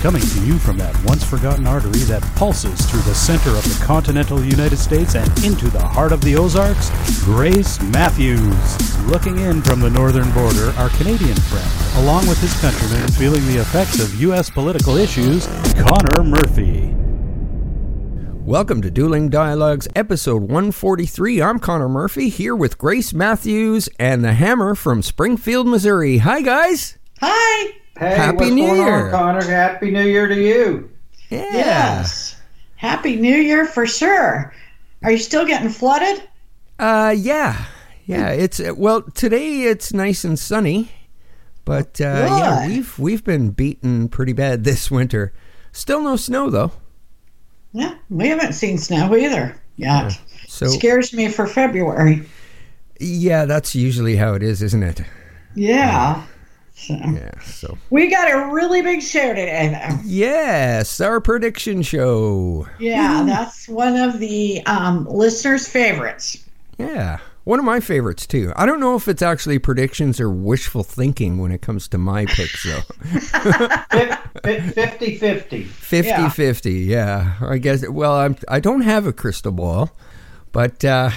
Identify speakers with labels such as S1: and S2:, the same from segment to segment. S1: Coming to you from that once forgotten artery that pulses through the center of the continental United States and into the heart of the Ozarks, Grace Matthews. Looking in from the northern border, our Canadian friend, along with his countrymen feeling the effects of U.S. political issues, Connor Murphy.
S2: Welcome to Dueling Dialogues, episode 143. I'm Connor Murphy here with Grace Matthews and the Hammer from Springfield, Missouri. Hi, guys.
S3: Hi.
S4: Hey,
S2: Happy
S4: what's
S2: New
S4: going
S2: Year.
S4: on, Connor? Happy New Year to you.
S2: Yeah.
S3: Yes. Happy New Year for sure. Are you still getting flooded?
S2: Uh, yeah. Yeah. It's uh, well today. It's nice and sunny, but uh, yeah,
S3: Good.
S2: we've we've been beaten pretty bad this winter. Still no snow though.
S3: Yeah, we haven't seen snow either. Yeah.
S2: So
S3: Scares me for February.
S2: yeah, that's usually how it is, isn't it?
S3: Yeah. So.
S4: Mm.
S2: Yeah. So
S3: We got a really big show today, though.
S2: yes, our prediction show.
S3: Yeah, that's one of the um, listeners' favorites.
S2: Yeah. One of my favorites too. I don't know if it's actually predictions or wishful thinking when it comes to my picks though.
S4: Fif- 50 50.
S2: 50-50. Yeah. I guess well, I'm I don't have a crystal ball, but uh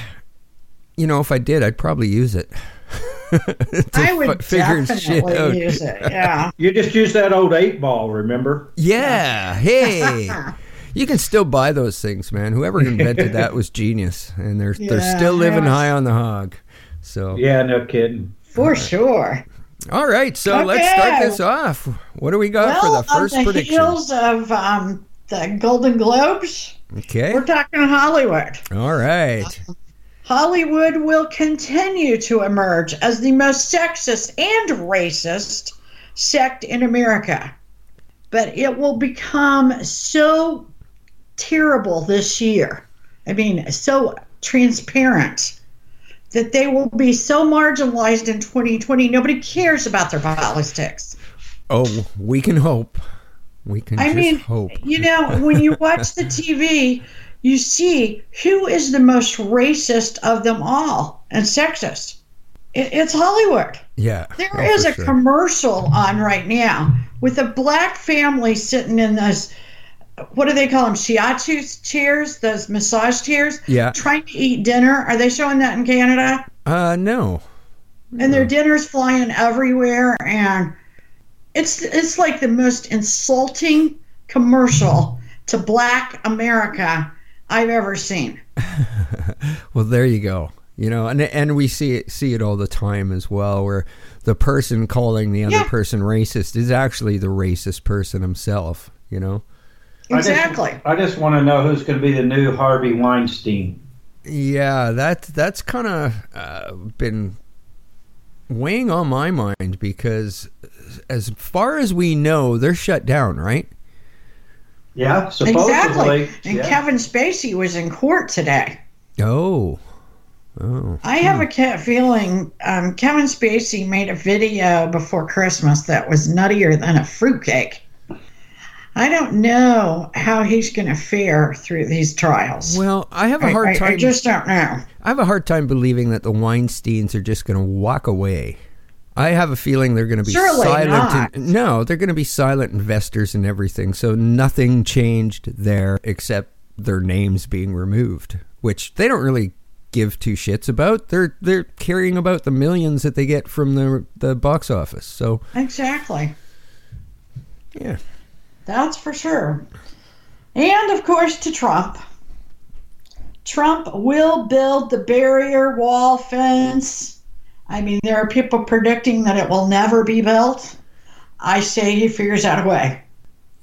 S2: you know, if I did, I'd probably use it. To
S3: I would
S2: fi- figure
S3: definitely
S2: shit out.
S3: use it. Yeah.
S4: You just used that old eight ball, remember?
S2: Yeah. Hey. You can still buy those things, man. Whoever invented that was genius, and they're they're
S3: Yeah.
S2: still living
S3: Yeah.
S2: high on the hog. So,
S4: Yeah, no kidding.
S3: For sure.
S2: all right, so let's
S3: Okay.
S2: start this off. What do we got
S3: well,
S2: for the first
S3: on the
S2: prediction?
S3: heels of um, the Golden Globes,
S2: Okay.
S3: we're talking Hollywood.
S2: All right.
S3: Hollywood will continue to emerge as the most sexist and racist sect in America. But it will become so terrible this year. I mean, so transparent that they will be so marginalized in 2020. Nobody cares about their politics.
S2: Oh, we can hope. We can
S3: I
S2: just
S3: mean,
S2: hope.
S3: you know, when you watch the TV, you see who is the most racist of them all and sexist. It, it's Hollywood.
S2: Yeah.
S3: There
S2: oh,
S3: is
S2: for
S3: a
S2: sure.
S3: commercial on right now with a black family sitting in those, what do they call them, shiatsu chairs, those massage chairs,
S2: Yeah.
S3: trying to eat dinner. Are they showing that in Canada?
S2: Uh, no.
S3: and their dinners flying everywhere and it's it's like the most insulting commercial to black america i've ever seen
S2: Well, there you go. You know, and and we see it see it all the time as well, where the person calling the other
S3: Yeah.
S2: person racist is actually the racist person himself. You know.
S3: exactly
S4: I just want to know who's going to be the new Harvey Weinstein.
S2: Yeah, that that's kind of uh, been weighing on my mind because, as far as we know, they're shut down, right?
S4: Yeah, supposedly.
S3: exactly and
S4: Yeah.
S3: kevin spacey was in court today
S2: Oh, oh,
S3: i have
S4: Hmm.
S3: a ca- feeling um, kevin spacey made a video before christmas that was nuttier than a fruitcake i don't know how he's going to fare through these trials
S2: Well, I have a
S3: I-
S2: hard
S3: I-
S2: time.
S3: I just don't know
S2: I have a hard time believing that the Weinstein's are just going to walk away. I have a feeling they're going to be
S3: Surely
S2: silent.
S3: not.
S2: in- no, they're going to be silent investors and everything. So nothing changed there except their names being removed, which they don't really give two shits about. They're they're caring about the millions that they get from the the box office. So
S3: Exactly.
S2: yeah,
S3: That's for sure. And of course, to Trump. Trump will build the barrier wall fence. I mean, there are people predicting that it will never be built. I say he figures out a way.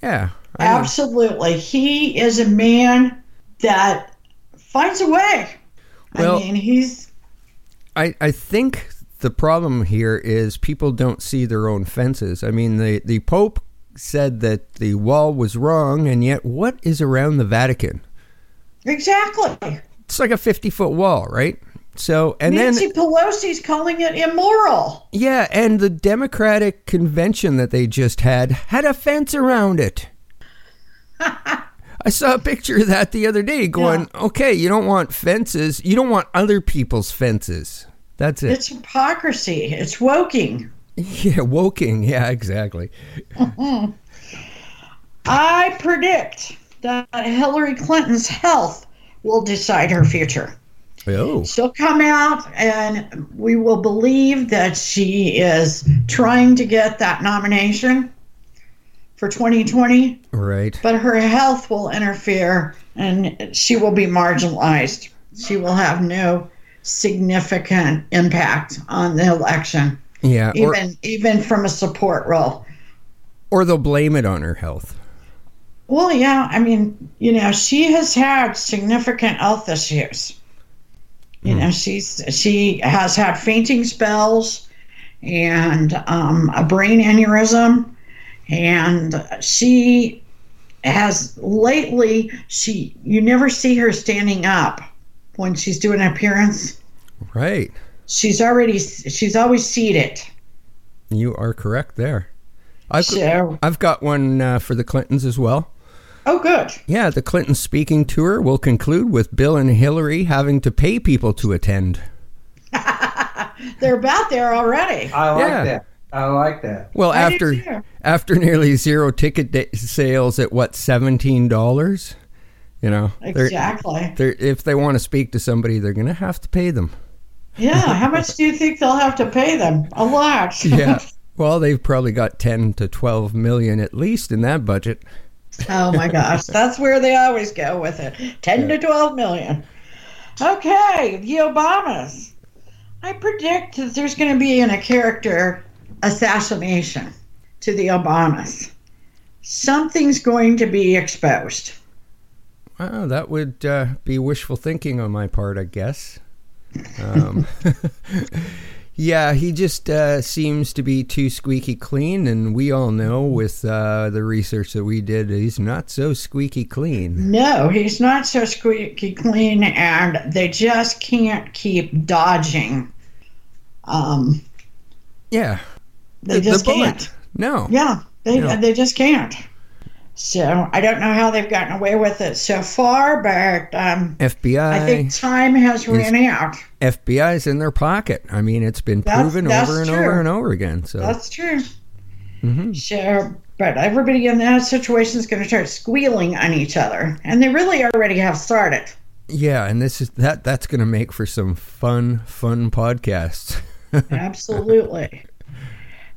S2: yeah, I know.
S3: Absolutely. He is a man that finds a way.
S2: Well-
S3: I mean, he's.
S2: I, I think the problem here is people don't see their own fences. I mean, the, the Pope said that the wall was wrong, and yet what is around the Vatican?
S3: Exactly.
S2: It's like a 50 foot wall, right? So, and
S3: Nancy
S2: then,
S3: Pelosi's calling it immoral.
S2: yeah, and the Democratic convention that they just had had a fence around it. I saw a picture of that the other day going, okay, you don't want fences. You don't want other people's fences. That's it.
S3: It's hypocrisy. It's woking.
S2: yeah, Woking. Yeah, exactly.
S3: I predict that Hillary Clinton's health will decide her future.
S2: Oh,
S3: She'll come out and we will believe that she is trying to get that nomination for 2020,
S2: right.
S3: but her health will interfere and she will be marginalized. She will have no significant impact on the election,
S2: Yeah, or,
S3: even even from a support role.
S2: or they'll blame it on her health.
S3: Well, yeah, I mean, you know, she has had significant health issues.
S2: Hmm.
S3: You know, she's she has had fainting spells and um, a brain aneurysm, and she has lately she you never see her standing up when she's doing an appearance.
S2: Right.
S3: She's already she's always seated.
S2: You are correct there. I've,
S3: So
S2: I've got one uh, for the Clintons as well.
S3: oh, good.
S2: Yeah, the Clinton speaking tour will conclude with Bill and Hillary having to pay people to attend.
S3: They're about there already.
S4: I like
S2: Yeah.
S4: that. I like that.
S2: Well,
S3: I do
S2: Oh, after
S3: too.
S2: after nearly zero ticket da- sales at what seventeen dollars, you know, they're-
S3: Exactly.
S2: they're, if they want to speak to somebody, they're going to have to pay them.
S3: Yeah, how much do you think they'll have to pay them? A lot.
S2: Yeah. well, they've probably got ten to twelve million at least in that budget.
S3: oh my gosh, that's where they always go with it. 10 to 12 million. Okay, the Obamas. I predict that there's going to be in a character assassination to the Obamas. Something's going to be exposed.
S2: Wow, that would uh, be wishful thinking on my part, I guess. Um, yeah, he just uh, seems to be too squeaky clean, and we all know with uh, the research that we did, he's not so squeaky clean.
S3: No, he's not so squeaky clean, and they just can't keep dodging. Um,
S2: Yeah,
S3: they just
S2: bullet.
S3: can't.
S2: No,
S3: Yeah, they
S2: Yeah.
S3: they just can't. So I don't know how they've gotten away with it so far, but um,
S2: FBI,
S3: I think time has ran out.
S2: FBI's in their pocket. I mean, it's been
S3: That's-
S2: proven
S3: that's
S2: over and
S3: true.
S2: over and over again. So
S3: That's true.
S2: Mhm.
S3: So, but everybody in that situation is going to start squealing on each other, and they really already have started.
S2: yeah, and this is that that's going to make for some fun, fun podcasts.
S3: Absolutely.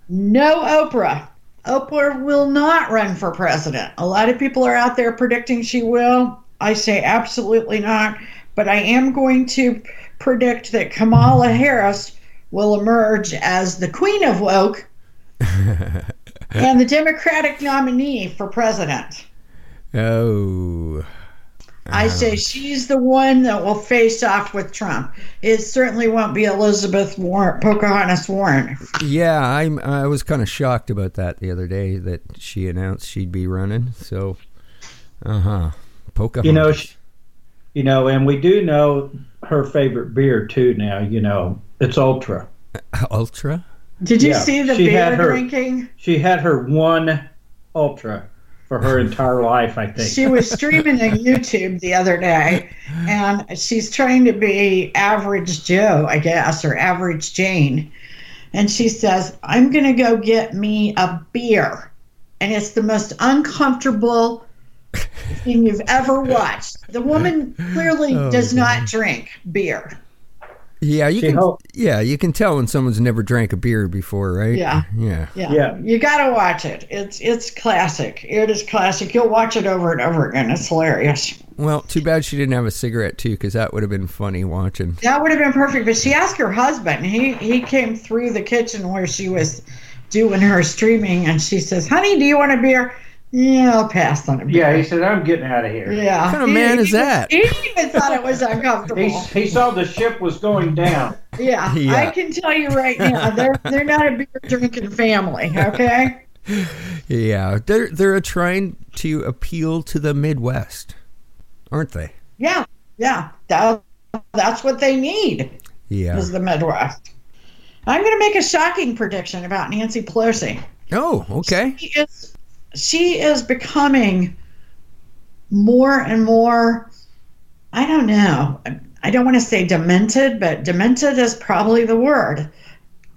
S3: No Oprah. Oprah will not run for president. A lot of people are out there predicting she will. I say absolutely not. But I am going to predict that Kamala Harris will emerge as the queen of woke and the Democratic nominee for president.
S2: oh.
S3: I say she's the one that will face off with Trump. It certainly won't be Elizabeth Warren, Pocahontas Warren.
S2: Yeah, I'm. I was kind of shocked about that the other day that she announced she'd be running. So, uh huh. Pocahontas.
S4: You know, she, you know, and we do know her favorite beer too. Now, you know, it's Ultra.
S2: Ultra.
S3: Did you
S4: Yeah,
S3: see the
S4: she had
S3: beer
S4: her-
S3: drinking?
S4: She had her one Ultra for her entire life. I think.
S3: She was streaming on YouTube the other day, and she's trying to be average Joe, I guess, or average Jane. And she says, I'm going to go get me a beer. And it's the most uncomfortable thing you've ever watched. The woman clearly
S2: Oh,
S3: does not drink beer.
S2: Yeah, you
S4: She
S2: can.
S4: helped.
S2: Yeah, you can tell when someone's never drank a beer before, right?
S3: Yeah.
S2: Yeah.
S3: Yeah.
S4: Yeah.
S3: You got to watch it. It's it's classic. It is classic. You'll watch it over and over again. It's hilarious.
S2: Well, too bad she didn't have a cigarette too, because that would have been funny watching.
S3: That would have been perfect, but she asked her husband. He he came through the kitchen where she was doing her streaming, and she says, "Honey, do you want a beer?" Yeah, I'll pass on a beer.
S4: Yeah, he said, "I'm getting out of here."
S3: Yeah. What
S2: kind of man is that?
S3: He even thought it was
S4: He,
S3: uncomfortable.
S4: he saw the ship was going down.
S3: Yeah,
S2: Yeah.
S3: I can tell you right now, they're they're not a beer drinking family. Okay.
S2: Yeah, they're they're trying to appeal to the Midwest, aren't they?
S3: Yeah, yeah. That, that's what they need
S2: Yeah.
S3: is the Midwest. I'm going to make a shocking prediction about Nancy Pelosi.
S2: Oh, okay.
S3: she is she is becoming more and more i don't know i don't want to say demented but demented is probably the word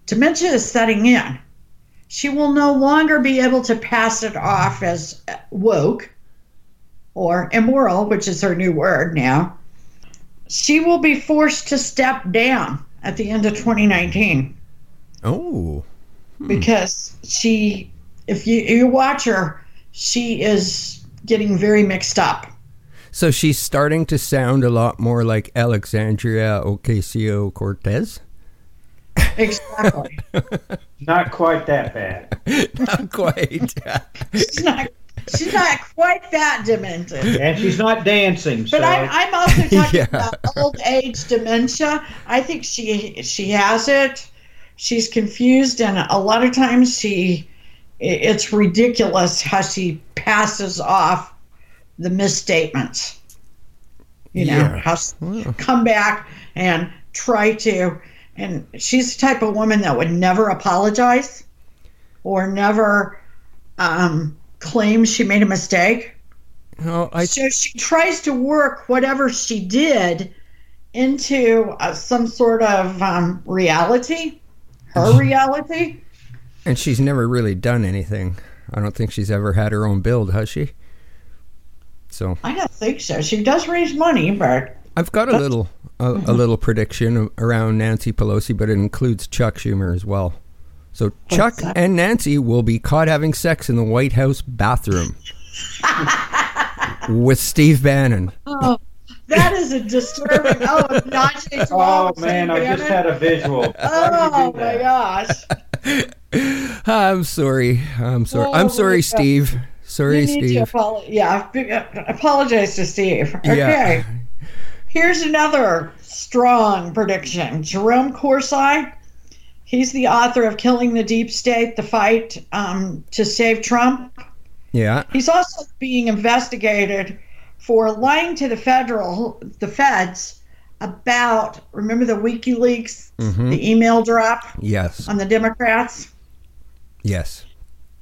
S3: dementia is setting in she will no longer be able to pass it off as woke or immoral, which is her new word now, she will be forced to step down at the end of 2019
S2: Oh,
S3: because she, if you, you watch her, she is getting very mixed up.
S2: so she's starting to sound a lot more like Alexandria Ocasio Cortez.
S3: Exactly.
S4: Not quite that bad.
S2: Not quite.
S3: she's, not, she's not quite that demented.
S4: And she's not dancing. So
S3: But I'm, I'm also talking
S2: Yeah.
S3: about old age dementia. I think she she has it. She's confused, and a lot of times she, i- it's ridiculous how she passes off the misstatements. You know
S2: Yeah.
S3: how she come back and try to, and she's the type of woman that would never apologize, or never um, claim she made a mistake.
S2: oh, I
S3: So she tries to work whatever she did into uh, some sort of um, reality, her reality.
S2: And she's never really done anything. I don't think she's ever had her own build, has she? So
S3: I don't think so. She does raise money, but
S2: I've got a little a,
S3: Mm-hmm.
S2: a little prediction around Nancy Pelosi, but it includes Chuck Schumer as well. So Chuck
S3: that?
S2: and Nancy will be caught having sex in the White House bathroom with Steve Bannon.
S3: that is a disturbing. oh, obnoxious.
S4: oh man, I just had a visual.
S3: Oh
S4: Why
S3: my
S4: did you do that?
S3: gosh!
S2: I'm sorry. I'm sorry.
S3: Oh,
S2: I'm sorry,
S3: yeah.
S2: Steve. Sorry,
S3: You need to
S2: Steve.
S3: apolo- yeah, b- uh, apologize to Steve. Okay.
S2: Yeah.
S3: Here's another strong prediction. Jerome Corsi, he's the author of Killing the Deep State, the fight um, to save Trump.
S2: Yeah.
S3: He's also being investigated for lying to the federal, the feds, about, remember the WikiLeaks,
S2: Mm-hmm.
S3: the email drop
S2: Yes.
S3: on the Democrats?
S2: Yes.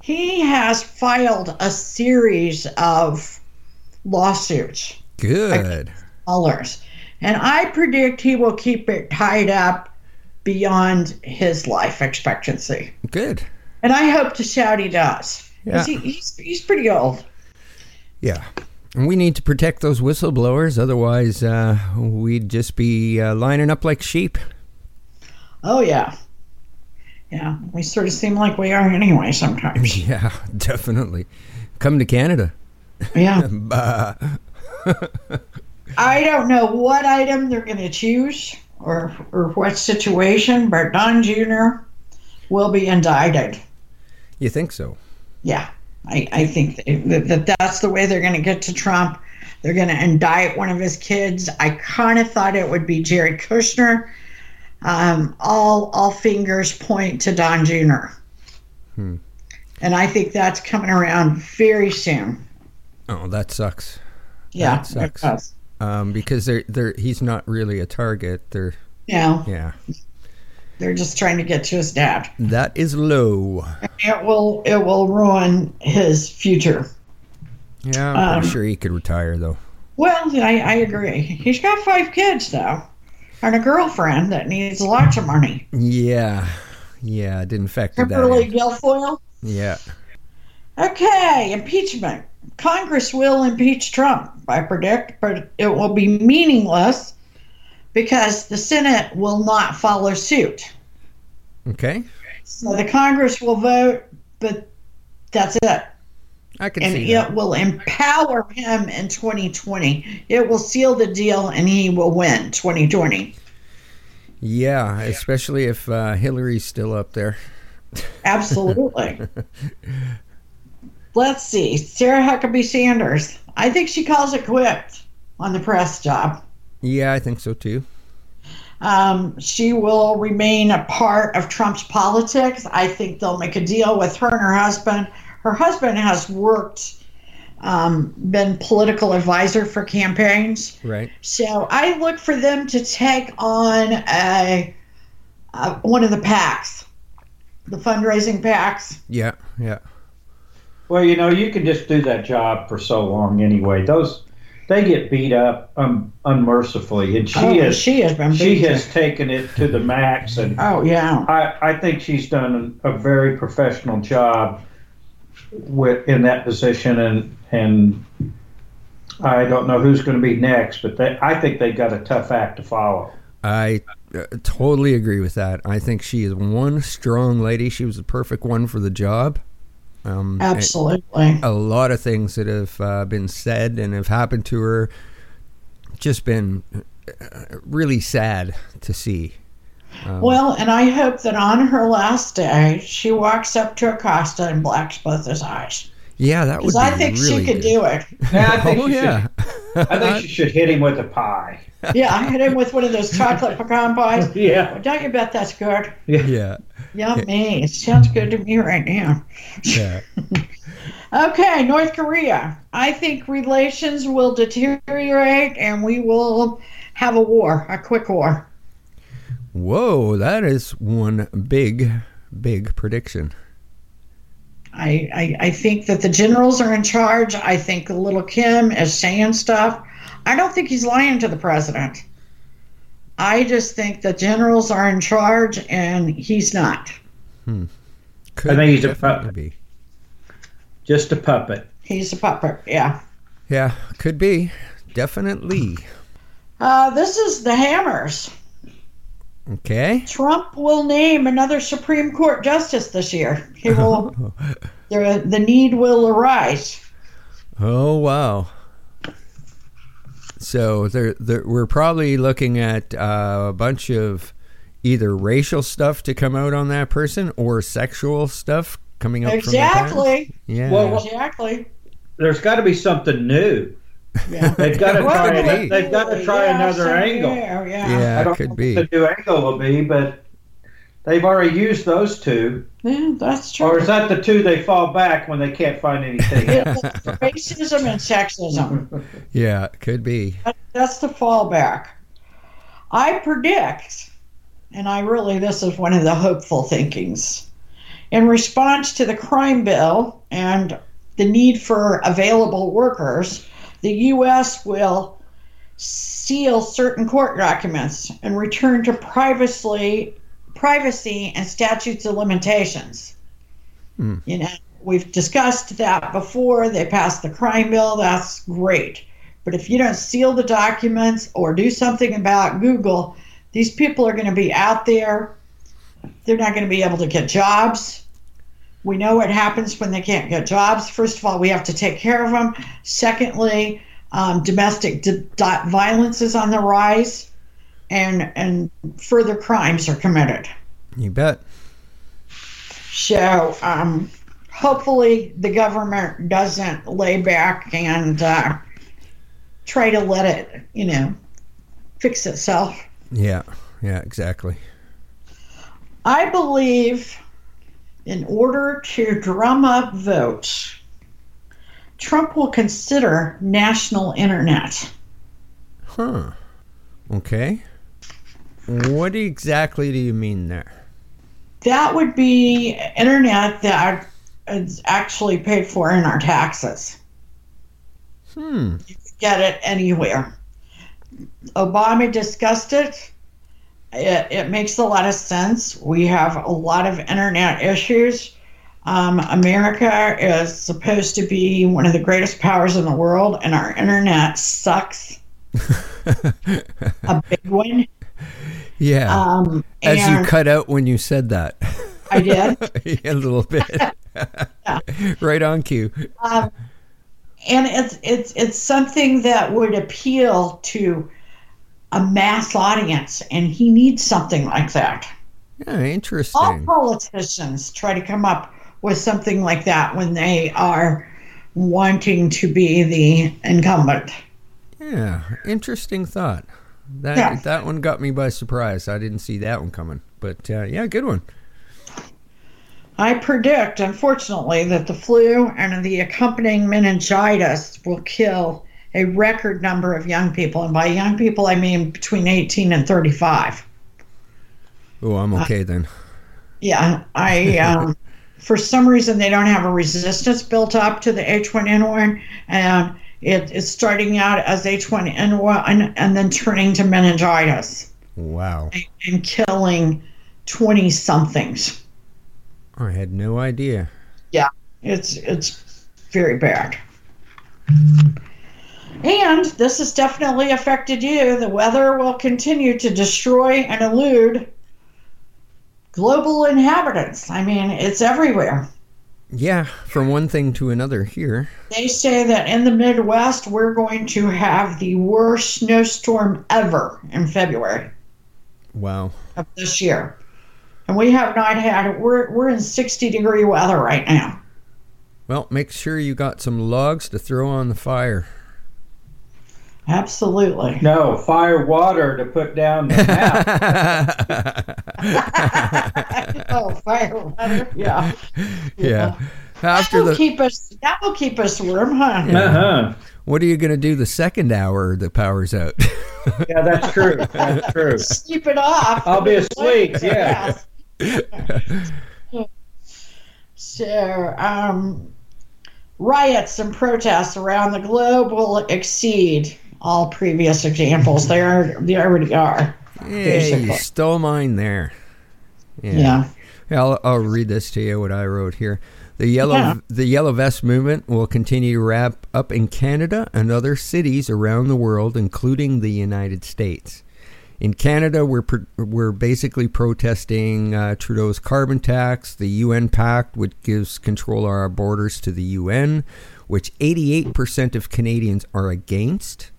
S3: He has filed a series of lawsuits,
S2: Good.
S3: dollars, and I predict he will keep it tied up beyond his life expectancy.
S2: Good.
S3: And I hope to shout he does. 'Cause
S2: Yeah.
S3: he- he's, he's pretty old.
S2: Yeah. And we need to protect those whistleblowers, otherwise, uh, we'd just be uh, lining up like sheep.
S3: Oh, yeah. Yeah, we sort of seem like we are anyway sometimes.
S2: Yeah, definitely. Come to Canada.
S3: Yeah.
S2: Uh,
S3: I don't know what item they're going to choose or, or what situation, but Don Jr. will be indicted.
S2: you think so?
S3: Yeah, I, I think that, that that's the way they're going to get to Trump. They're going to indict one of his kids. I kind of thought it would be Jared Kushner. Um, all all fingers point to Don Jr.
S2: Hmm.
S3: And I think that's coming around very soon.
S2: Oh, that sucks.
S3: Yeah,
S2: That sucks.
S3: it does.
S2: Um, because they're they're he's not really a target. They're
S3: No,
S2: yeah.
S3: they're just trying to get to his dad.
S2: That is low.
S3: It will it will ruin his future.
S2: Yeah, I'm pretty
S3: Um,
S2: sure he could retire though.
S3: Well, I, I agree. He's got five kids though, and a girlfriend that needs lots of money.
S2: Yeah, yeah. I didn't factor that.
S3: Kimberly
S2: In.
S3: Guilfoyle.
S2: Yeah.
S3: Okay, impeachment. Congress will impeach Trump, I predict, but it will be meaningless because the Senate will not follow suit.
S2: Okay.
S3: So the Congress will vote, but that's it.
S2: I can
S3: And
S2: see
S3: it will empower him in 2020. It will seal the deal and he will win 2020.
S2: that. Yeah, especially if uh, Hillary's still up there.
S3: Absolutely. Let's see. Sarah Huckabee Sanders. I think she calls it quits on the press job.
S2: Yeah, I think so too.
S3: Um, she will remain a part of Trump's politics. I think they'll make a deal with her and her husband. Her husband has worked, um, been political advisor for campaigns.
S2: Right.
S3: So I look for them to take on a, uh, one of the PACs, the fundraising PACs.
S2: Yeah. Yeah.
S4: Well, you know, you can just do that job for so long anyway. Those they get beat up um, unmercifully, and she
S3: Oh,
S4: is
S3: she has been
S4: she
S3: beaten.
S4: has taken it to the max, and
S3: Oh yeah.
S4: I, I think she's done a very professional job with, in that position, and and I don't know who's going to be next, but they, I think they've got a tough act to follow.
S2: I uh, totally agree with that. I think she is one strong lady. She was the perfect one for the job. Um, and
S3: Absolutely.
S2: A lot of things that have uh, been said and have happened to her just been uh, really sad to see. Um,
S3: Well, and I hope that on her last day, she walks up to Acosta and blacks both his eyes.
S2: Yeah, that would
S3: Because
S2: be
S3: I think
S2: really
S3: she could
S2: good.
S3: do it.
S4: Yeah, I think
S2: Oh
S4: she
S2: yeah,
S4: should, I think she should hit him with a pie.
S3: Yeah, I hit him with one of those chocolate pecan pies.
S4: Yeah,
S3: Don't you bet that's good?
S2: yeah,
S3: Yummy. It sounds good to me right now.
S2: yeah.
S3: Okay, North Korea. I think relations will deteriorate and we will have a war, a quick war.
S2: Whoa, that is one big, big prediction.
S3: I, I, I think that the generals are in charge. I think little Kim is saying stuff. I don't think he's lying to the president. I just think the generals are in charge and he's not.
S2: Could
S4: I think he's a
S2: definitely
S4: puppet.
S2: be.
S4: just a puppet.
S3: He's a puppet, yeah.
S2: Yeah, could be. Definitely.
S3: Uh, this is the hammers.
S2: Okay.
S3: Trump will name another Supreme Court justice this year. He will. the, the need will arise.
S2: Oh wow. So there, there, we're probably looking at uh, a bunch of either racial stuff to come out on that person or sexual stuff coming up. From the
S3: Exactly.
S2: past. yeah.
S4: Well, what-
S3: Exactly.
S4: There's got to be something new.
S3: Yeah.
S4: They've got to
S2: Well,
S4: try.
S2: it could
S4: ano-
S2: be.
S4: They've got to try
S3: Yeah,
S4: another
S3: somewhere,
S4: angle.
S3: Yeah.
S2: yeah,
S4: I don't
S2: it could
S4: know
S2: be.
S4: what the new angle will be, but they've already used those two.
S3: Yeah, that's true.
S4: Or is that the two they fall back when they can't find anything?
S3: It's racism and sexism.
S2: Yeah, it could be.
S3: That- That's the fallback. I predict, and I really, this is one of the hopeful thinkings. In response to the crime bill and the need for available workers, the U.S. will seal certain court documents and return to privacy, privacy and statutes of limitations. You know, we've discussed that before. They passed the crime bill. That's great. But if you don't seal the documents or do something about Google, these people are going to be out there. They're not going to be able to get jobs. We know what happens when they can't get jobs. First of all, we have to take care of them. Secondly, um, domestic d- di- violence is on the rise, and and further crimes are committed.
S2: You bet.
S3: So um, hopefully the government doesn't lay back and uh, try to let it, you know, fix itself.
S2: Yeah. Yeah. Exactly.
S3: I believe in order to drum up votes, Trump will consider national internet.
S2: Huh. Okay. What exactly do you mean there?
S3: That would be internet that is actually paid for in our taxes.
S2: Hmm.
S3: get it anywhere. Obama discussed it. It, it makes a lot of sense. We have a lot of internet issues. Um, America is supposed to be one of the greatest powers in the world, and our internet sucks. a big one.
S2: Yeah.
S3: Um,
S2: As you
S3: and
S2: cut out when you said that,
S3: I did.
S2: a little bit. right on cue.
S3: and it's it's it's something that would appeal to a mass audience, and he needs something like that.
S2: Yeah,
S3: all
S2: interesting.
S3: politicians try to come up with something like that when they are wanting to be the incumbent.
S2: Yeah, interesting thought. That
S3: Yeah.
S2: that one got me by surprise. I didn't see that one coming. But uh, yeah, good one.
S3: I predict, unfortunately, that the flu and the accompanying meningitis will kill a record number of young people. And by young people, I mean between 18 and 35.
S2: Oh, I'm
S3: Uh,
S2: okay then.
S3: Yeah, I um, for some reason they don't have a resistance built up to the H1N1, and it is starting out as H1N1 and then turning to meningitis
S2: Wow,
S3: and killing 20 somethings.
S2: I had no idea.
S3: It's it's very bad. And this has definitely affected you. The weather will continue to destroy and elude global inhabitants. I mean, it's everywhere.
S2: Yeah, from one thing to another here.
S3: They say that in the Midwest, we're going to have the worst snowstorm ever in February
S2: Wow.
S3: of this year. And we have not had, we're, we're in 60 degree weather right now.
S2: Well, make sure you got some logs to throw on the fire.
S3: Absolutely.
S4: No, fire water to put down the map.
S3: oh, fire weather. Yeah.
S2: yeah. After
S3: That'll
S2: the
S3: keep us, that will keep us warm, huh?
S4: uh-huh.
S2: what are you going to do the second hour the power's out?
S4: Yeah, that's true. That's true.
S3: Sleep it off.
S4: I'll be asleep, yeah.
S3: So, um, riots and protests around the globe will exceed all previous examples. They are, they already are.
S2: hey, you
S3: Basically.
S2: stole mine there.
S3: Yeah.
S2: Yeah, I'll, I'll read this to you what I wrote here. The yellow
S3: Yeah.
S2: the yellow vest movement will continue to wrap up in Canada and other cities around the world, including the United States. In Canada, we're pro- we're basically protesting uh, Trudeau's carbon tax, the UN Pact, which gives control of our borders to the UN, which 88% of Canadians are against.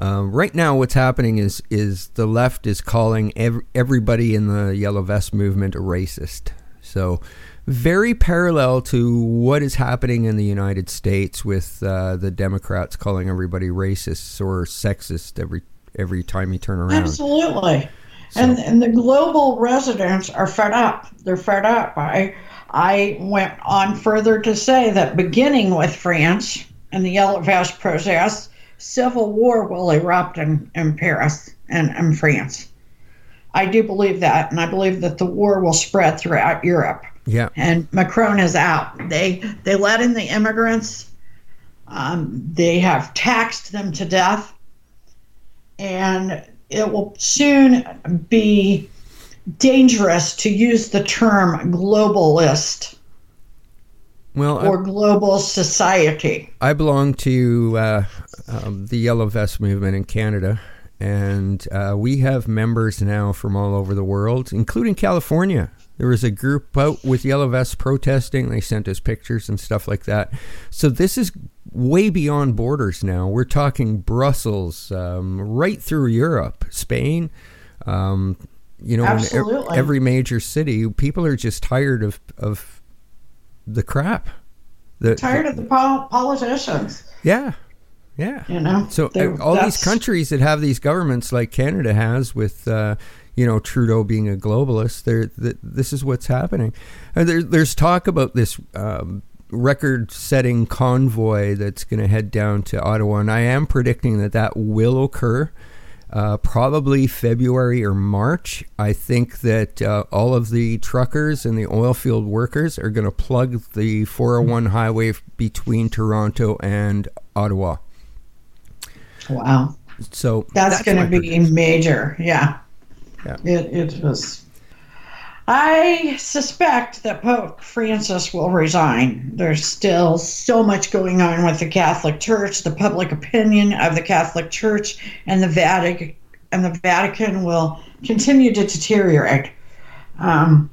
S2: Um, right now, what's happening is is the left is calling ev- everybody in the yellow vest movement a racist. So, very parallel to what is happening in the United States with uh, the Democrats calling everybody racist or sexist every every time you turn around.
S3: Absolutely. And, and the global residents are fed up. They're fed up. I, I went on further to say that beginning with France and the Yellow Vest process, civil war will erupt in, in Paris and in France. I do believe that, and I believe that the war will spread throughout Europe.
S2: Yeah,
S3: and Macron is out. They they let in the immigrants. Um, they have taxed them to death, and it will soon be dangerous to use the term globalist
S2: well, I-
S3: or global society.
S2: I belong to uh, um, the Yellow Vest movement in Canada, and uh, we have members now from all over the world, including California. There was a group out with Yellow Vests protesting. They sent us pictures and stuff like that. So this is way beyond borders now. We're talking Brussels, um, right through Europe, Spain. Um, you know, in ev-
S3: Absolutely.
S2: every major city, people are just tired of of the crap. The,
S3: Tired of the pol- politicians,
S2: yeah, yeah.
S3: you know.
S2: So
S3: They're-
S2: uh, all these
S3: that's-
S2: countries that have these governments, like Canada has, with uh, you know Trudeau being a globalist, they're, th- this is what's happening. And there, there's talk about this um, record-setting convoy that's going to head down to Ottawa, and I am predicting that that will occur. Uh, probably February or March. I think that uh, all of the truckers and the oil field workers are going to plug the 401 highway f- between Toronto and Ottawa.
S3: Wow,
S2: So
S3: that's, going
S2: my
S3: to be major. Yeah.
S2: Yeah.
S3: It it was. I suspect that Pope Francis will resign. There's still so much going on with the Catholic Church, the public opinion of the Catholic Church, and the Vatican. And the Vatican will continue to deteriorate. Um,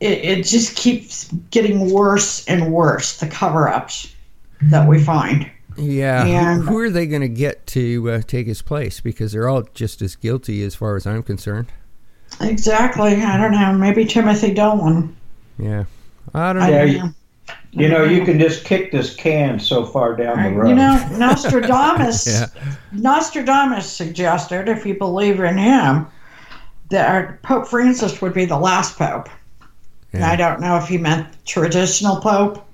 S3: it, it just keeps getting worse and worse. The cover-ups that we find.
S2: Yeah. who-
S3: And-
S2: Who are they going to get to uh, take his place? Because they're all just as guilty, as far as I'm concerned.
S3: Exactly. I don't know. Maybe Timothy Dolan.
S2: Yeah. I don't
S3: I
S2: know.
S4: Yeah,
S3: don't
S4: you-
S3: know.
S4: You know, you can just kick this can so far down the road.
S3: You know, Nostradamus.
S2: Yeah.
S3: Nostradamus suggested, if you believe in him, that Pope Francis would be the last pope. And
S2: Yeah.
S3: I don't know if he meant traditional pope,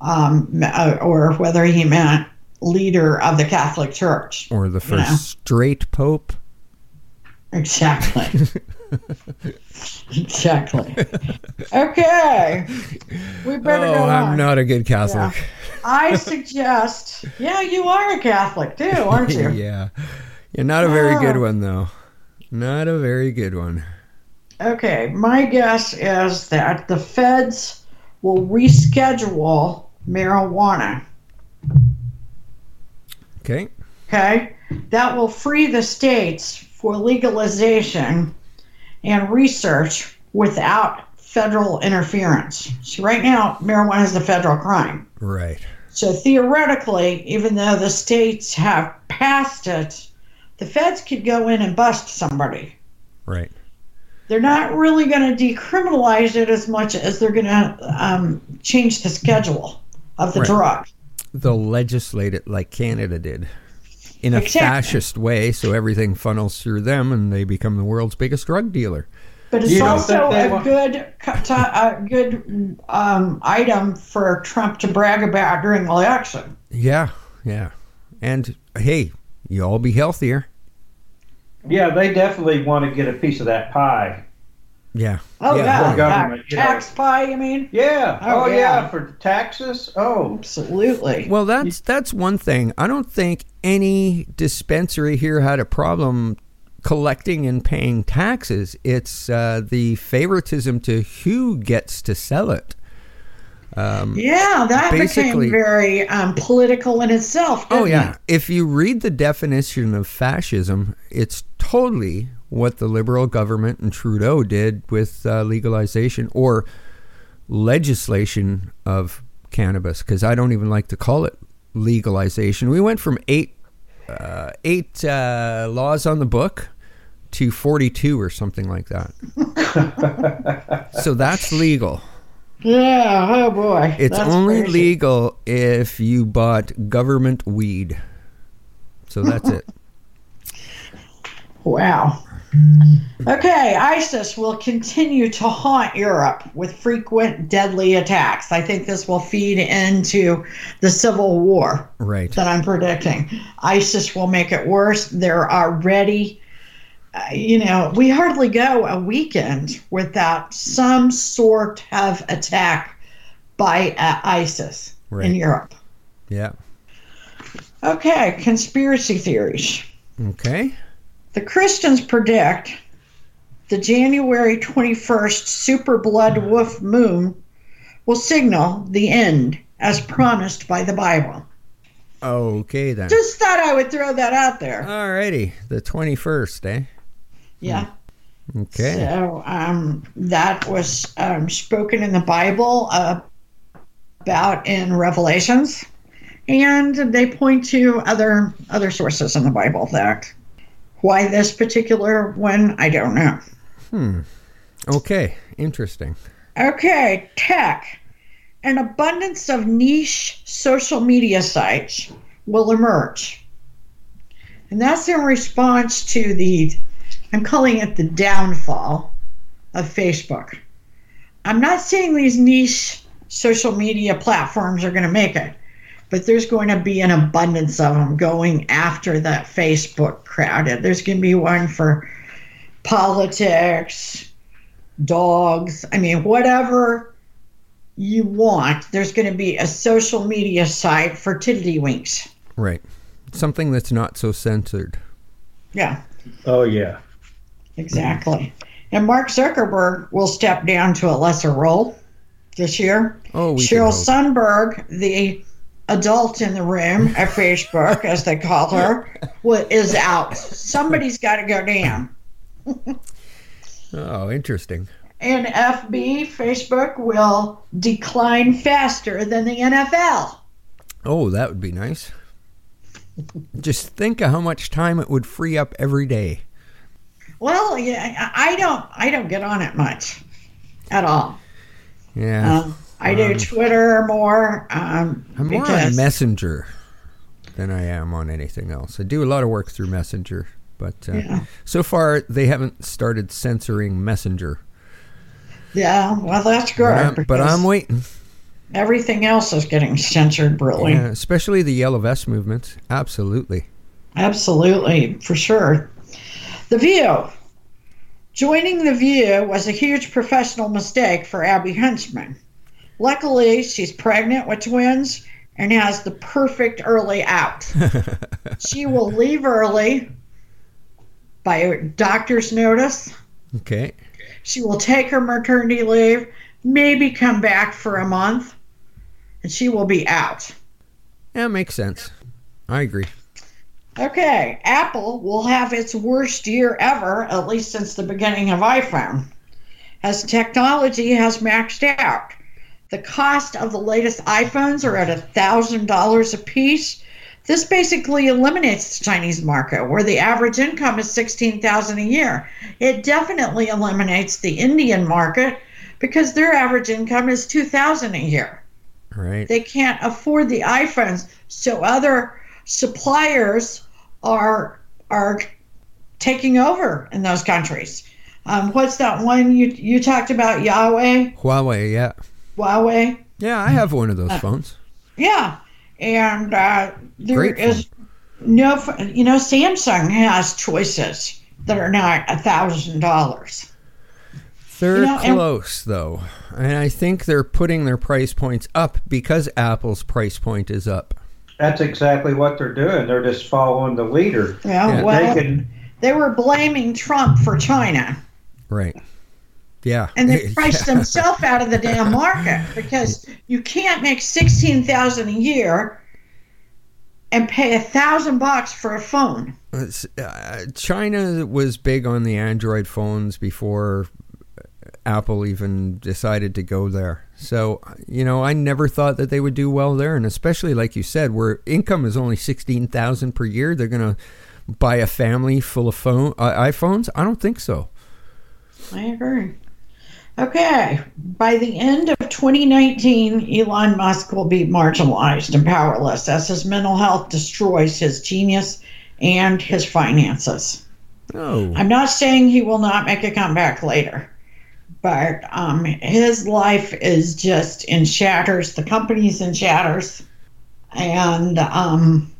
S3: um, uh, or whether he meant leader of the Catholic Church.
S2: Or the first
S3: know.
S2: straight pope.
S3: Exactly. exactly. Okay. We better go
S2: Oh, I'm
S3: on.
S2: not a good Catholic.
S3: I suggest. Yeah, you are a Catholic too, aren't you?
S2: Yeah. yeah. Not a very good
S3: Ah.
S2: one, though. Not a very good one.
S3: Okay, my guess is that the feds will reschedule marijuana.
S2: Okay.
S3: Okay. That will free the states for legalization and research without federal interference. So, right now, marijuana is a federal crime.
S2: Right.
S3: So, theoretically, even though the states have passed it, the feds could go in and bust somebody.
S2: Right.
S3: They're not really going to decriminalize it as much as they're going to um, change the schedule of the
S2: Right.
S3: drug.
S2: They'll legislate it like Canada did in a
S3: Exactly.
S2: fascist way so everything funnels through them and they become the world's biggest drug dealer.
S3: But it's
S4: You don't
S3: also
S4: think they
S3: a
S4: want-
S3: good co- to- a good um, item for Trump to brag about during the election.
S2: Yeah. Yeah. And hey, you all be healthier.
S4: Yeah, they definitely want to get a piece of that pie.
S2: Yeah.
S3: Oh yeah,
S4: the government,
S3: yeah.
S4: you know.
S3: tax pie. You mean?
S4: Yeah.
S3: Oh,
S4: Oh,
S3: yeah.
S4: yeah. for taxes. Oh,
S3: Absolutely.
S2: Well, that's that's one thing. I don't think any dispensary here had a problem collecting and paying taxes. It's uh, the favoritism to who gets to sell it.
S3: yeah, that
S2: basically-
S3: became very um, political in itself. Didn't
S2: Oh yeah.
S3: it?
S2: If you read the definition of fascism, it's totally what the liberal government and Trudeau did with uh, legalization or legislation of cannabis because I don't even like to call it legalization. We went from eight uh, eight uh, laws on the book to 42 or something like that. so that's legal.
S3: Yeah. Oh boy.
S2: It's
S3: That's
S2: only
S3: crazy.
S2: legal if you bought government weed. So that's it.
S3: Wow. Okay, ISIS will continue to haunt Europe with frequent deadly attacks. I think this will feed into the civil war.
S2: Right.
S3: that I'm predicting. ISIS will make it worse. They're already, uh, you know, we hardly go a weekend without some sort of attack by uh, ISIS
S2: Right.
S3: in Europe.
S2: Yeah.
S3: Okay, conspiracy theories.
S2: Okay.
S3: The Christians predict the January 21st super blood wolf moon will signal the end as promised by the Bible.
S2: Okay then.
S3: Just thought I would throw that out there.
S2: Alrighty. The 21st, eh?
S3: Yeah.
S2: Okay.
S3: So um, that was um, spoken in the Bible uh, about in Revelations, and they point to other other sources in the Bible that why this particular one I don't know.
S2: Okay. Interesting.
S3: Okay, tech. An abundance of niche social media sites will emerge. And that's in response to the, I'm calling it the downfall of Facebook. I'm not saying these niche social media platforms are going to make it, but there's going to be an abundance of them going after that Facebook crowd. There's going to be one for politics, dogs, I mean, whatever you want, there's going to be a social media site for tiddlywinks.
S2: Right. Something that's not so censored.
S3: Yeah,
S4: oh yeah.
S3: exactly. And Mark Zuckerberg will step down to a lesser role this year.
S2: Oh, we
S3: Sheryl
S2: can hope.
S3: Sundberg, the adult in the room at Facebook, as they call her, wa- is out. Somebody's got to go down.
S2: Oh, interesting.
S3: And FB, Facebook, will decline faster than the NFL.
S2: Oh, that would be nice. Just think of how much time it would free up every day.
S3: Well, yeah, I I don't, I don't get on it much, at all.
S2: Yeah.
S3: Um, I do Twitter more. Um,
S2: I'm more on
S3: because-
S2: Messenger than I am on anything else. I do a lot of work through Messenger, but uh,
S3: Yeah.
S2: so far they haven't started censoring Messenger.
S3: Yeah, well, that's
S2: But
S3: good.
S2: I'm, but
S3: because
S2: I'm waiting,
S3: everything else is getting censored brutally.
S2: Yeah, especially the yellow vest movements. Absolutely.
S3: Absolutely, for sure. The View. Joining The View was a huge professional mistake for Abby Huntsman. Luckily, she's pregnant with twins and has the perfect early out. she will leave early by doctor's notice.
S2: Okay.
S3: She will take her maternity leave maybe come back for a month and she will be out.
S2: Yeah, makes sense. I agree.
S3: Okay, Apple will have its worst year ever, at least since the beginning of iPhone, as technology has maxed out. The cost of the latest iPhones are at $1,000 a piece. This basically eliminates the Chinese market, where the average income is $16,000 a year. It definitely eliminates the Indian market because their average income is $2,000 a year.
S2: Right.
S3: They can't afford the iPhones, so other suppliers are are taking over in those countries. Um, what's that one you you talked about? Yahweh,
S2: Huawei, yeah.
S3: Huawei.
S2: Yeah, I have one of
S3: Uh,
S2: those phones.
S3: Yeah, and uh, there is
S2: Great
S3: no f- you know Samsung has choices that are not a thousand dollars.
S2: They're
S3: You know, and-
S2: close though. And I think they're putting their price points up because Apple's price point is up.
S4: That's exactly what they're doing. They're just following the leader.
S3: Yeah,
S2: Yeah,
S3: well,
S4: they
S3: they,
S4: can
S3: were blaming Trump for China,
S2: Right. Yeah.
S3: and they priced
S2: Yeah.
S3: themselves out of the damn market because you can't make sixteen thousand a year and pay a thousand bucks for a phone.
S2: It's, uh, China was big on the Android phones before Apple even decided to go there. So, you know, I never thought that they would do well there, and especially like you said, where income is only sixteen thousand per year, they're going to buy a family full of phone uh, iPhones. I don't think so.
S3: I agree. Okay, by the end of 2019, Elon Musk will be marginalized and powerless as his mental health destroys his genius and his finances.
S2: No.
S3: I'm not saying he will not make a comeback later, but um, his life is just in shatters. The company's in shatters, and um,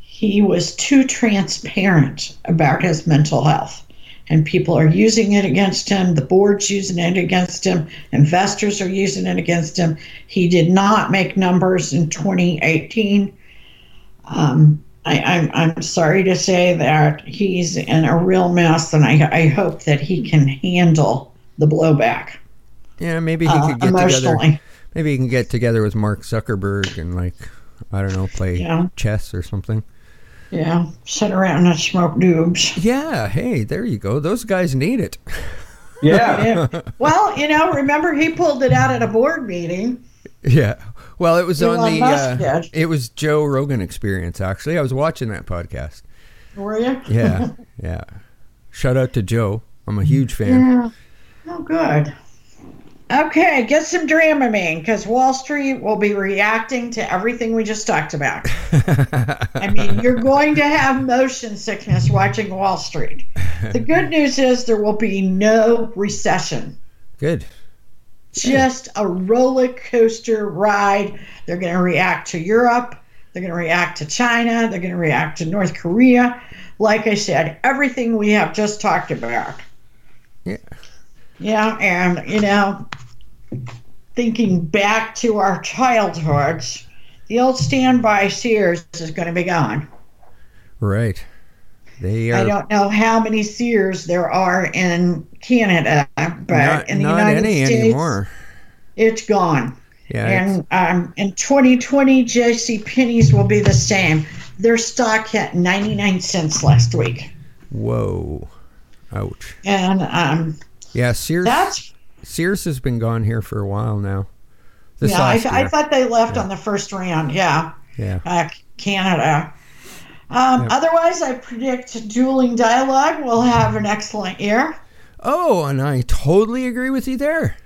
S3: he was too transparent about his mental health. And people are using it against him. The board's using it against him. Investors are using it against him. He did not make numbers in 2018. Um, I, I'm, I'm sorry to say that he's in a real mess, and I, I hope that he can handle the blowback
S2: Yeah, maybe he
S3: uh,
S2: could get together.
S3: emotionally.
S2: Maybe he can get together with Mark Zuckerberg and like I don't know, play
S3: Yeah.
S2: chess or something.
S3: Yeah, sit around and smoke doobs.
S2: Yeah, hey, there you go. Those guys need it.
S4: yeah.
S3: Yeah. well, you know, remember he pulled it out at a board meeting.
S2: Yeah. Well, it was
S3: Elon
S2: on the
S3: Musk
S2: uh,
S3: did.
S2: it was Joe Rogan experience actually. I was watching that podcast.
S3: Were you?
S2: Yeah. yeah. Shout out to Joe. I'm a huge fan.
S3: Yeah. Oh, good. Okay, get some Dramamine because Wall Street will be reacting to everything we just talked about. I mean, you're going to have motion sickness watching Wall Street. The good news is there will be no recession,
S2: Good.
S3: just a roller coaster ride. They're going to react to Europe, they're going to react to China, they're going to react to North Korea. Like I said, everything we have just talked about.
S2: Yeah.
S3: Yeah, and you know, thinking back to our childhoods, the old standby Sears is going to be gone.
S2: Right. They
S3: I
S2: are
S3: don't know how many Sears there are in Canada, but
S2: not,
S3: in the
S2: not
S3: United
S2: any
S3: States,
S2: anymore.
S3: it's gone.
S2: Yeah. it's-
S3: And um, in 2020, J.C. Penney's will be the same. Their stock hit 99 cents last week,
S2: whoa. Ouch.
S3: and um,
S2: Yeah, Sears
S3: that's
S2: Sears has been gone here for a while now. This
S3: yeah.
S2: last
S3: I, I
S2: year.
S3: thought they left on the first round. Yeah.
S2: yeah.
S3: uh, Canada. Um, Otherwise, I predict Dueling Dialogue will have an excellent year.
S2: Oh, and I totally agree with you there.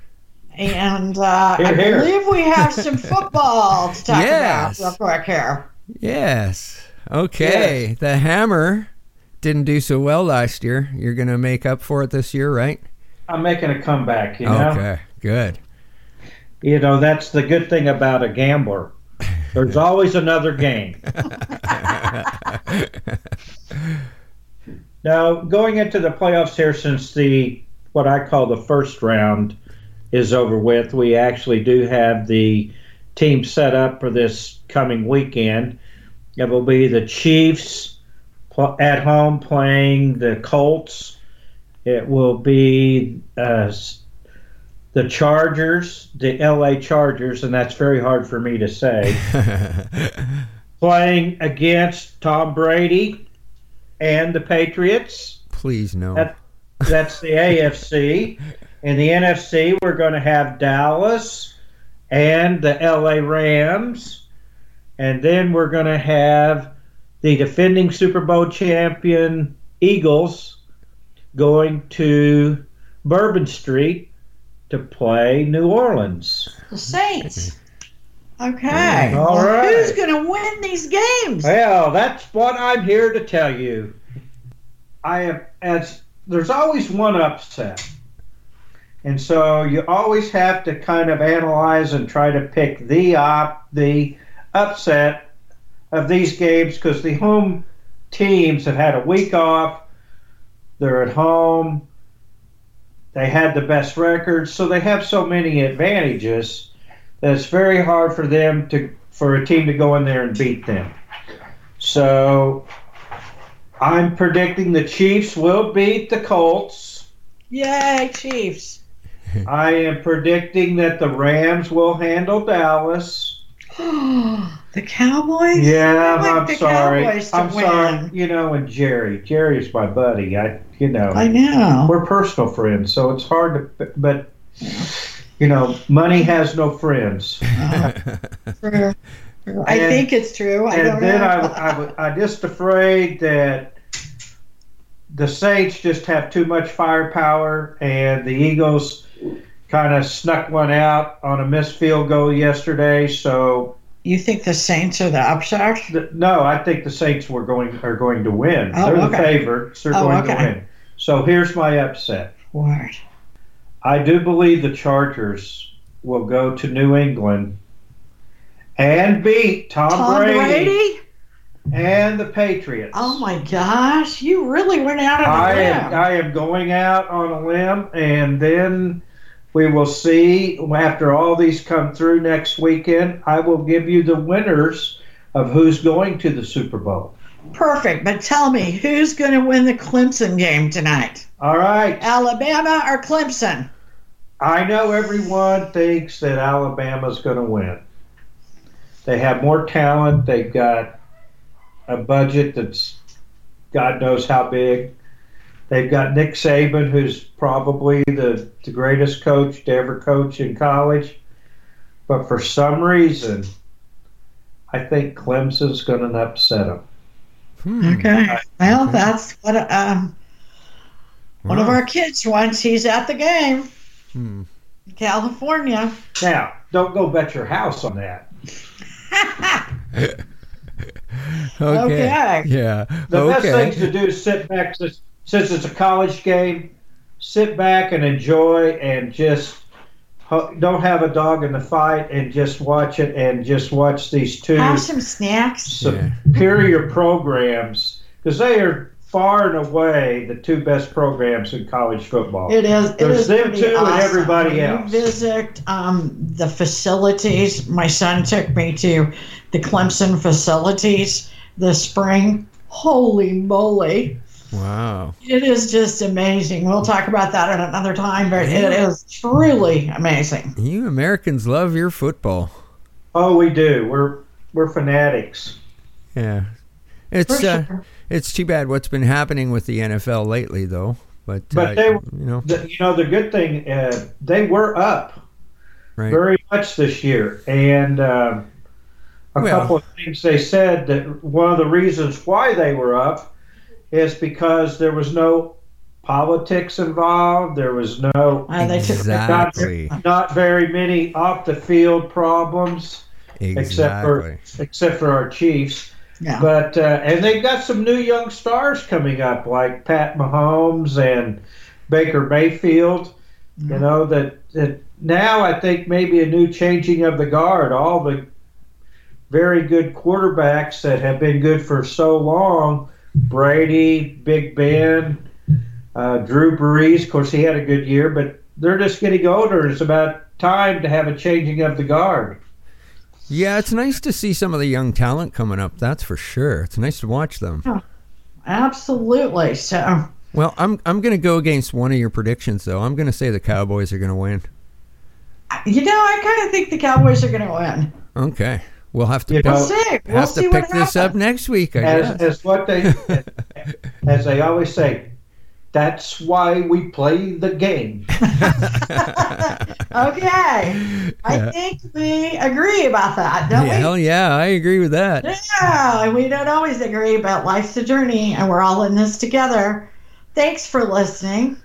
S3: And uh,
S4: Hear,
S3: I
S4: hear.
S3: believe we have some football to talk
S2: Yes.
S3: about real quick here.
S2: Yes. Okay. The hammer didn't do so well last year. You're going to make up for it this year, right?
S4: I'm making a comeback, you know.
S2: Okay. Good.
S4: You know, that's the good thing about a gambler. There's always another game. now, going into the playoffs here, since the what I call the first round is over with, we actually do have the team set up for this coming weekend. It will be the Chiefs pl- at home playing the Colts. It will be uh, s- the Chargers, the LA Chargers, and that's very hard for me to say, playing against Tom Brady and the Patriots.
S2: Please no.
S4: That- That's the AFC. In the NFC, we're going to have Dallas and the LA Rams. And then we're going to have the defending Super Bowl champion Eagles going to Bourbon Street to play New Orleans.
S3: The Saints. Okay.
S4: All
S3: Well,
S4: right.
S3: Who's going to win these games?
S4: Well, that's what I'm here to tell you. I have as there's always one upset. And so you always have to kind of analyze and try to pick the op the upset of these games because the home teams have had a week off. They're at home. They had the best record, so they have so many advantages that it's very hard for them to for a team to go in there and beat them. So I'm predicting the Chiefs will beat the Colts.
S3: Yay, Chiefs.
S4: I am predicting that the Rams will handle Dallas.
S3: the Cowboys?
S4: Yeah,
S3: I like
S4: I'm
S3: the
S4: sorry.
S3: Cowboys to
S4: I'm
S3: win.
S4: sorry. You know, and Jerry. Jerry's my buddy. I, you know,
S3: I know.
S4: we're personal friends, so it's hard to. But you know, money has no friends.
S3: True. True. Oh, I
S4: And-
S3: think it's true. I don't
S4: and then
S3: know.
S4: I, I, am just afraid that the Saints just have too much firepower, and the Eagles kind of snuck one out on a missed field goal yesterday. So
S3: you think the Saints are the upstart?
S4: th- no, I think the Saints were going are going to win.
S3: Oh,
S4: They're the
S3: okay.
S4: favorites. They're
S3: Oh,
S4: going to
S3: okay.
S4: win. So here's my upset.
S3: Word.
S4: I do believe the Chargers will go to New England and beat Tom,
S3: Tom Brady?
S4: and the Patriots.
S3: Oh my gosh. You really went out on
S4: I
S3: a
S4: am,
S3: limb.
S4: I am going out on a limb, and then we will see after all these come through next weekend. I will give you the winners of who's going to the Super Bowl.
S3: Perfect. But tell me, who's going to win the Clemson game tonight?
S4: All right.
S3: Alabama or Clemson?
S4: I know everyone thinks that Alabama's going to win. They have more talent. They've got a budget that's God knows how big. They've got Nick Saban, who's probably the, the greatest coach to ever coach in college. But for some reason, I think Clemson's going to upset them.
S2: Hmm.
S3: Okay. Well, that's what um, one of
S2: Wow.
S3: our kids once. He's at the game,
S2: Hmm.
S3: California.
S4: Now, don't go bet your house on that.
S2: Okay.
S3: Okay.
S2: Yeah.
S4: The
S2: okay.
S4: best thing to do is sit back since, since it's a college game. Sit back and enjoy, and just ho- don't have a dog in the fight, and just watch it, and just watch these two
S3: Have some snacks.
S2: Yeah.
S4: superior programs because they are far and away the two best programs in college football.
S3: It is. It
S4: There's
S3: is
S4: them
S3: pretty
S4: too and
S3: awesome.
S4: everybody
S3: When you
S4: else.
S3: visit um, the facilities. My son took me to the Clemson facilities this spring. Holy moly!
S2: Wow.
S3: It is just amazing. We'll talk about that at another time, but it is truly amazing.
S2: You Americans love your football.
S4: Oh, we do. We're we're fanatics.
S2: Yeah. It's
S3: For
S2: uh,
S3: sure.
S2: it's too bad what's been happening with the NFL lately, though. But,
S4: But
S2: uh,
S4: they-
S2: you know,
S4: The, you know the good thing uh, they were up
S2: right?
S4: very much this year. And um, a
S2: Well-
S4: couple of things they said that one of the reasons why they were up is because there was no politics involved. There was no
S3: Uh, they took
S2: exactly.
S4: not very many off the field problems except
S2: Exactly.
S4: for except for our Chiefs.
S3: yeah.
S4: But uh, and they've got some new young stars coming up like Pat Mahomes and Baker Mayfield. You know that that now I think maybe a new changing of the guard. All the very good quarterbacks that have been good for so long, Brady, Big Ben, uh, Drew Brees. Of course, he had a good year, but they're just getting older. It's about time to have a changing of the guard.
S2: Yeah, it's nice to see some of the young talent coming up. That's for sure. It's nice to watch them.
S3: Absolutely. So
S2: Well, I'm I'm going to go against one of your predictions, though. I'm going to say the Cowboys are going to win.
S3: you know, I kind of think the Cowboys are going to win.
S2: Okay. We'll have to
S4: You
S2: pick,
S4: know,
S3: We'll see. We'll
S2: Oh, have to
S3: see
S2: pick
S3: what
S2: this up
S3: happens.
S2: next week, I
S4: as,
S2: guess.
S4: as what they as they always say that's why we play the game
S3: Okay. I
S2: Yeah.
S3: think we agree about that, don't
S2: Yeah,
S3: we?
S2: hell yeah, I agree with that.
S3: Yeah, and we don't always agree, but life's a journey, and we're all in this together. Thanks for listening.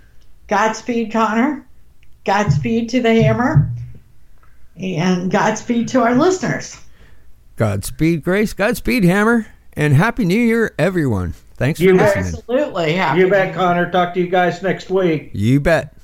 S3: Godspeed, Connor. Godspeed to the hammer. And Godspeed to our listeners.
S2: Godspeed, Grace. Godspeed, Hammer. And Happy New Year, everyone. Thanks for
S4: You bet.
S2: listening.
S3: Absolutely. Happy
S4: you bet connor talk to you guys next week
S2: You bet.